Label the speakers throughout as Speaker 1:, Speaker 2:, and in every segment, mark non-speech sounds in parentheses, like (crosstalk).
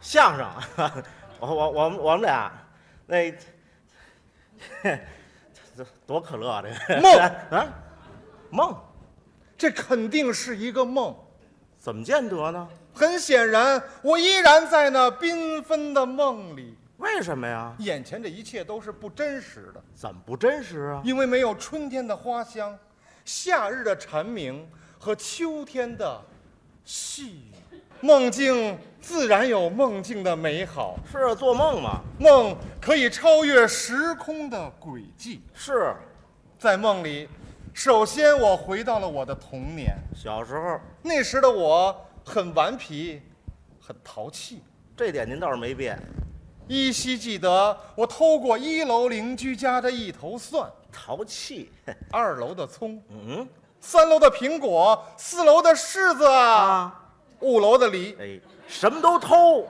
Speaker 1: 相声， (laughs) 我我我们我们俩那这多可乐啊！这个
Speaker 2: 梦
Speaker 1: (laughs) 啊，梦
Speaker 2: 这肯定是一个梦。
Speaker 1: 怎么见得呢？
Speaker 2: 很显然，我依然在那缤纷的梦里，
Speaker 1: 为什么呀？
Speaker 2: 眼前这一切都是不真实的，
Speaker 1: 怎么不真实啊？
Speaker 2: 因为没有春天的花香，夏日的蝉鸣和秋天的细雨。梦境自然有梦境的美好，
Speaker 1: 是啊做梦嘛？
Speaker 2: 梦可以超越时空的轨迹。
Speaker 1: 是，
Speaker 2: 在梦里，首先我回到了我的童年，
Speaker 1: 小时候
Speaker 2: 那时的我很顽皮，很淘气。
Speaker 1: 这点您倒是没变，
Speaker 2: 依稀记得，我偷过一楼邻居家的一头蒜，
Speaker 1: 淘气。
Speaker 2: 二楼的葱，
Speaker 1: 嗯
Speaker 2: 三楼的苹果，四楼的柿子啊，
Speaker 1: 啊，
Speaker 2: 五楼的梨。
Speaker 1: 哎，什么都偷，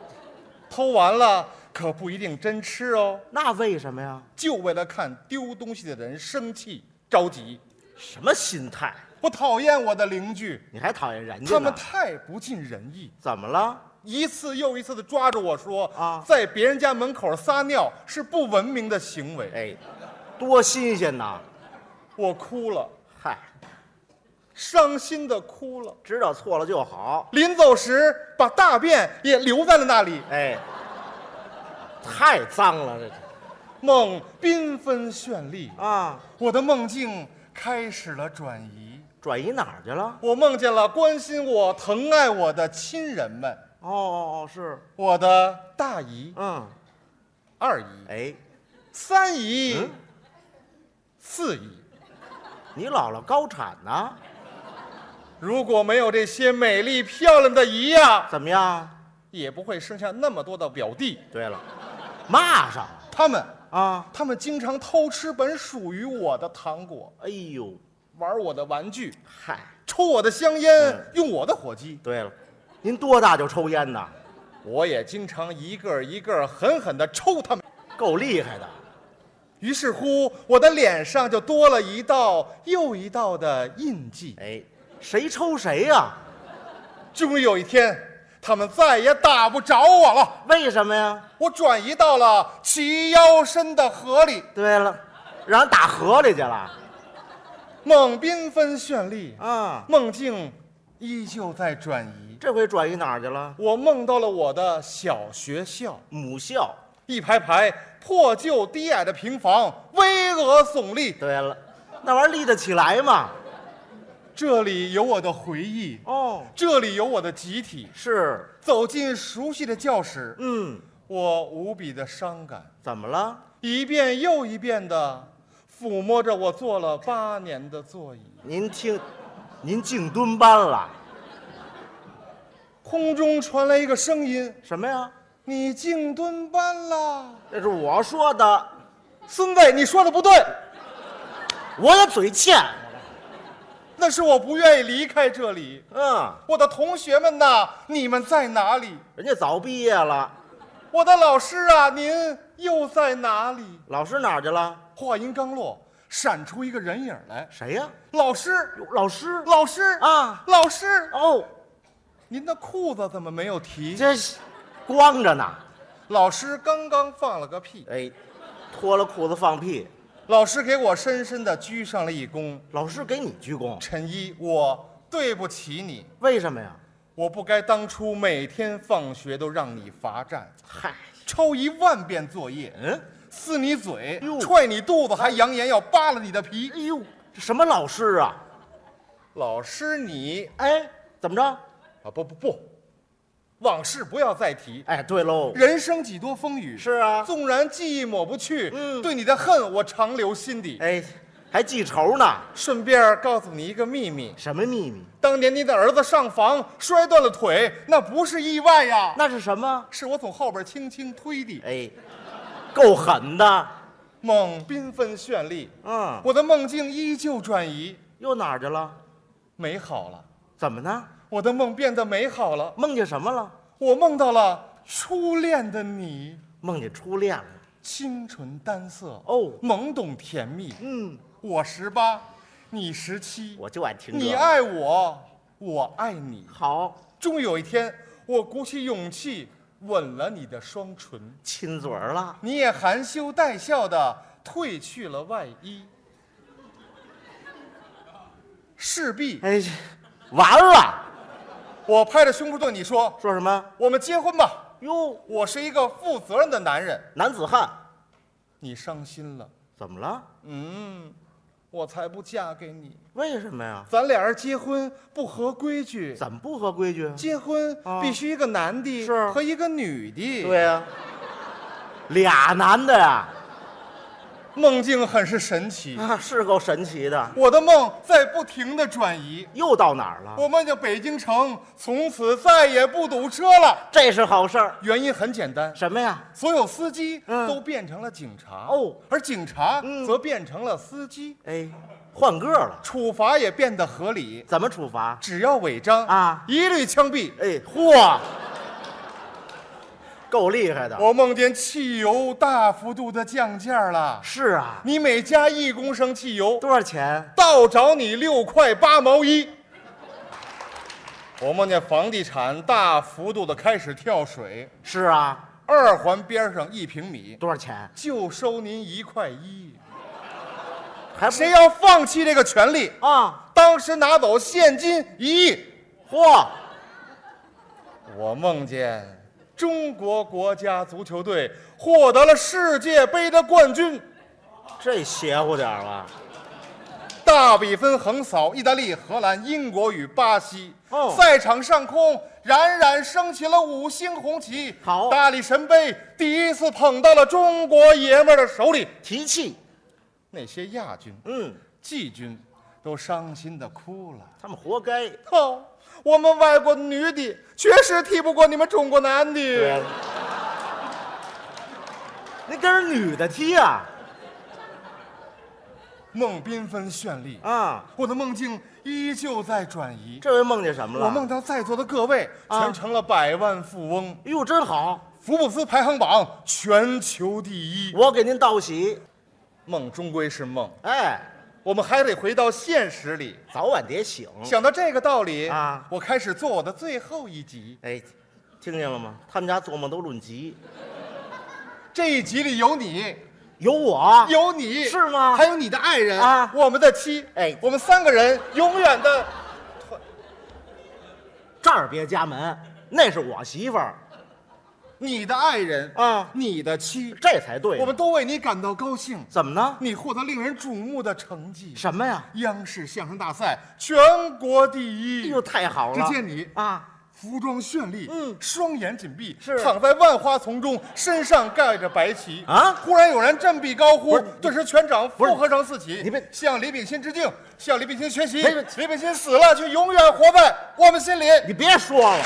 Speaker 2: 偷完了可不一定真吃哦，
Speaker 1: 那为什么呀？
Speaker 2: 就为了看丢东西的人生气着急。
Speaker 1: 什么心态？
Speaker 2: 我讨厌我的邻居，
Speaker 1: 你还讨厌人家
Speaker 2: 他们
Speaker 1: 呢？
Speaker 2: 太不尽人意，
Speaker 1: 怎么了？
Speaker 2: 一次又一次的抓着我说
Speaker 1: 啊
Speaker 2: 在别人家门口撒尿是不文明的行为。
Speaker 1: 哎，多新鲜呐！
Speaker 2: 我哭了，
Speaker 1: 嗨，
Speaker 2: 伤心的哭了。
Speaker 1: 知道错了就好。
Speaker 2: 临走时把大便也留在了那里。
Speaker 1: 哎，太脏了这
Speaker 2: 梦缤纷绚丽，
Speaker 1: 啊！
Speaker 2: 我的梦境开始了转移。
Speaker 1: 转移哪儿去了？
Speaker 2: 我梦见了关心我、疼爱我的亲人们，
Speaker 1: 哦哦哦，是，
Speaker 2: 我的大姨、
Speaker 1: 嗯，
Speaker 2: 二姨、
Speaker 1: 哎，
Speaker 2: 三姨、
Speaker 1: 嗯
Speaker 2: 四姨。
Speaker 1: 你姥姥高产呢？
Speaker 2: 如果没有这些美丽漂亮的姨呀、
Speaker 1: 怎么样？
Speaker 2: 也不会生下那么多的表弟。
Speaker 1: 对了，骂上了
Speaker 2: 他们，
Speaker 1: 啊！
Speaker 2: 他们经常偷吃本属于我的糖果，
Speaker 1: 哎呦，
Speaker 2: 玩我的玩具。
Speaker 1: 嗨，
Speaker 2: 抽我的香烟
Speaker 1: 嗯，
Speaker 2: 用我的火机，
Speaker 1: 对了，您多大就抽烟呢？
Speaker 2: 我也经常一个一个狠狠地抽他们。
Speaker 1: 够厉害的，
Speaker 2: 于是乎，我的脸上就多了一道又一道的印记。
Speaker 1: 哎，谁抽谁呀、
Speaker 2: 终于有一天，他们再也打不着我了。
Speaker 1: 为什么呀？
Speaker 2: 我转移到了齐腰深的河里，
Speaker 1: 对了，让人打河里去了
Speaker 2: 梦缤纷绚丽，
Speaker 1: 啊！
Speaker 2: 梦境依旧在转移。
Speaker 1: 这回转移哪儿去了？
Speaker 2: 我梦到了我的小学校，
Speaker 1: 母校。
Speaker 2: 一排排破旧低矮的平房，巍峨耸立，
Speaker 1: 对了，那玩意儿立得起来吗？
Speaker 2: 这里有我的回忆，
Speaker 1: 哦，
Speaker 2: 这里有我的集体。
Speaker 1: 是，
Speaker 2: 走进熟悉的教室，
Speaker 1: 嗯，
Speaker 2: 我无比的伤感，
Speaker 1: 怎么了？
Speaker 2: 一遍又一遍的抚摸着我坐了八年的座椅。
Speaker 1: 您听，您进蹲班了？
Speaker 2: 空中传来一个声音
Speaker 1: 什么呀？：“
Speaker 2: 你进蹲班啦
Speaker 1: 这是我说的，！”
Speaker 2: 孙子，你说的不对，
Speaker 1: 我的嘴欠。
Speaker 2: 那是我不愿意离开这里。
Speaker 1: 嗯，
Speaker 2: 我的同学们呐，你们在哪里？
Speaker 1: 人家早毕业了，
Speaker 2: 我的老师啊，您又在哪里？
Speaker 1: 老师哪儿去了？
Speaker 2: 话音刚落，闪出一个人影来，
Speaker 1: 谁呀、
Speaker 2: 老师。
Speaker 1: 哟老师
Speaker 2: 老师
Speaker 1: 啊，
Speaker 2: 老师，
Speaker 1: 哦，
Speaker 2: 您的裤子怎么没有
Speaker 1: 你
Speaker 2: 提？
Speaker 1: 这是光着呢。
Speaker 2: 老师刚刚放了个屁，
Speaker 1: 哎，脱了裤子放屁，
Speaker 2: 老师给我深深的鞠上了一躬。
Speaker 1: 老师给你鞠躬，
Speaker 2: 陈一，我对不起你，
Speaker 1: 为什么呀？
Speaker 2: 我不该当初每天放学都让你罚站，
Speaker 1: 嗨，
Speaker 2: 抄一万遍作业，
Speaker 1: 嗯，
Speaker 2: 撕你嘴
Speaker 1: 哟，
Speaker 2: 踹你肚子，还扬言要扒了你的皮
Speaker 1: 哎。呦，这什么老师啊？
Speaker 2: 老师你
Speaker 1: 哎，怎么着？
Speaker 2: 啊不不不，往事不要再提。
Speaker 1: 哎，对喽，
Speaker 2: 人生几多风雨，
Speaker 1: 是啊，
Speaker 2: 纵然记忆抹不去，
Speaker 1: 嗯
Speaker 2: 对你的恨我常留心底。
Speaker 1: 哎，还记仇呢？
Speaker 2: 顺便告诉你一个秘密，
Speaker 1: 什么秘密？
Speaker 2: 当年你的儿子上房摔断了腿，那不是意外呀，
Speaker 1: 那是什么？
Speaker 2: 是我从后边轻轻推的。
Speaker 1: 哎，够狠的。
Speaker 2: 梦缤纷绚丽，
Speaker 1: 嗯，
Speaker 2: 我的梦境依旧转移，
Speaker 1: 又哪儿去了？
Speaker 2: 美好了，
Speaker 1: 怎么呢？
Speaker 2: 我的梦变得美好了。
Speaker 1: 梦见什么了？
Speaker 2: 我梦到了初恋的你，
Speaker 1: 梦见初恋了。
Speaker 2: 清纯单色，
Speaker 1: 哦
Speaker 2: 懵懂甜蜜。
Speaker 1: 嗯，
Speaker 2: 我十八，你十七，
Speaker 1: 我就爱听这个
Speaker 2: 你爱我，我爱你。
Speaker 1: 好，
Speaker 2: 终于有一天，我鼓起勇气吻了你的双唇，
Speaker 1: 亲嘴儿了，
Speaker 2: 你也含羞带笑的褪去了外衣，势必
Speaker 1: 哎，完了，
Speaker 2: 我拍着胸脯对你说
Speaker 1: 说什么：“？
Speaker 2: 我们结婚吧！
Speaker 1: 哟，
Speaker 2: 我是一个负责任的男人。
Speaker 1: 男子汉，”
Speaker 2: 你伤心了，
Speaker 1: 怎么了？
Speaker 2: 嗯，我才不嫁给你。
Speaker 1: 为什么呀？
Speaker 2: 咱俩人结婚不合规矩，
Speaker 1: 怎么不合规矩？
Speaker 2: 结婚
Speaker 1: 啊
Speaker 2: 必须一个男的
Speaker 1: 是
Speaker 2: 和一个女的。
Speaker 1: 对呀、俩男的呀，
Speaker 2: 梦境很是神奇，
Speaker 1: 啊，是够神奇的。
Speaker 2: 我的梦在不停的转移。
Speaker 1: 又到哪儿了？
Speaker 2: 我梦见北京城从此再也不堵车了。
Speaker 1: 这是好事儿。
Speaker 2: 原因很简单，
Speaker 1: 什么呀？
Speaker 2: 所有司机
Speaker 1: 嗯
Speaker 2: 都变成了警察
Speaker 1: 哦，
Speaker 2: 而警察
Speaker 1: 嗯
Speaker 2: 则变成了司机，
Speaker 1: 哎，换个了，
Speaker 2: 处罚也变得合理。
Speaker 1: 怎么处罚？
Speaker 2: 只要违章
Speaker 1: 啊
Speaker 2: 一律枪毙。
Speaker 1: 哎，嚯，够厉害的。
Speaker 2: 我梦见汽油大幅度的降价了，
Speaker 1: 是啊，
Speaker 2: 你每加一公升汽油，
Speaker 1: 多少钱？
Speaker 2: 倒找你六块八毛一。我梦见房地产大幅度的开始跳水，
Speaker 1: 是啊，
Speaker 2: 二环边上一平米
Speaker 1: 多少钱？
Speaker 2: 就收您一块一，
Speaker 1: 还不
Speaker 2: 谁要放弃这个权利，
Speaker 1: 啊？
Speaker 2: 当时拿走现金一亿。
Speaker 1: 嚯，
Speaker 2: 我梦见中国国家足球队获得了世界杯的冠军，
Speaker 1: 这邪乎点儿了。
Speaker 2: 大比分横扫意大利、荷兰、英国与巴西。
Speaker 1: 哦
Speaker 2: 赛场上空冉冉升起了五星红旗。
Speaker 1: 好
Speaker 2: 大力神杯第一次捧到了中国爷们儿的手里。
Speaker 1: 提气，
Speaker 2: 那些亚军、
Speaker 1: 嗯，
Speaker 2: 季军都伤心的哭了。
Speaker 1: 他们活该。
Speaker 2: 哦，我们外国女的确实踢不过你们中国男的。
Speaker 1: 啊那跟人女的踢啊
Speaker 2: 梦缤纷绚丽，
Speaker 1: 啊！
Speaker 2: 我的梦境依旧在转移。
Speaker 1: 这回梦见什么了？
Speaker 2: 我梦到在座的各位
Speaker 1: 啊
Speaker 2: 全成了百万富翁。
Speaker 1: 哎呦，真好！
Speaker 2: 福布斯排行榜全球第一。
Speaker 1: 我给您道喜。
Speaker 2: 梦终归是梦，
Speaker 1: 哎，
Speaker 2: 我们还得回到现实里。
Speaker 1: 早晚得醒。
Speaker 2: 想到这个道理
Speaker 1: 哦啊
Speaker 2: 我开始做我的最后一集。
Speaker 1: 哎，听见了吗？他们家做梦都论及，
Speaker 2: 这一集里有你，
Speaker 1: 有我，
Speaker 2: 有你
Speaker 1: 是吗
Speaker 2: 还有你的爱人
Speaker 1: 啊
Speaker 2: 我们的妻。
Speaker 1: 哎
Speaker 2: 我们三个人永远的
Speaker 1: 这儿别家门，那是我媳妇儿
Speaker 2: 你的爱人，
Speaker 1: 啊，
Speaker 2: 你的妻，
Speaker 1: 这才对呢。
Speaker 2: 我们都为你感到高兴。
Speaker 1: 怎么呢？
Speaker 2: 你获得令人瞩目的成绩，
Speaker 1: 什么呀？
Speaker 2: 央视相声大赛全国第
Speaker 1: 哎
Speaker 2: 一。
Speaker 1: 呦，太好了！
Speaker 2: 只见你
Speaker 1: 啊，
Speaker 2: 服装绚丽，
Speaker 1: 嗯
Speaker 2: 双眼紧闭，
Speaker 1: 是
Speaker 2: 躺在万花丛中，身上盖着白旗
Speaker 1: 啊
Speaker 2: 忽然有人振臂高呼
Speaker 1: 不是，
Speaker 2: 顿时全场
Speaker 1: 不是
Speaker 2: 附和上四起，
Speaker 1: 你别
Speaker 2: 向李炳新致敬，向李炳新学习。
Speaker 1: 没有
Speaker 2: 李炳新死了，却永远活在我们心里。
Speaker 1: 你别说了。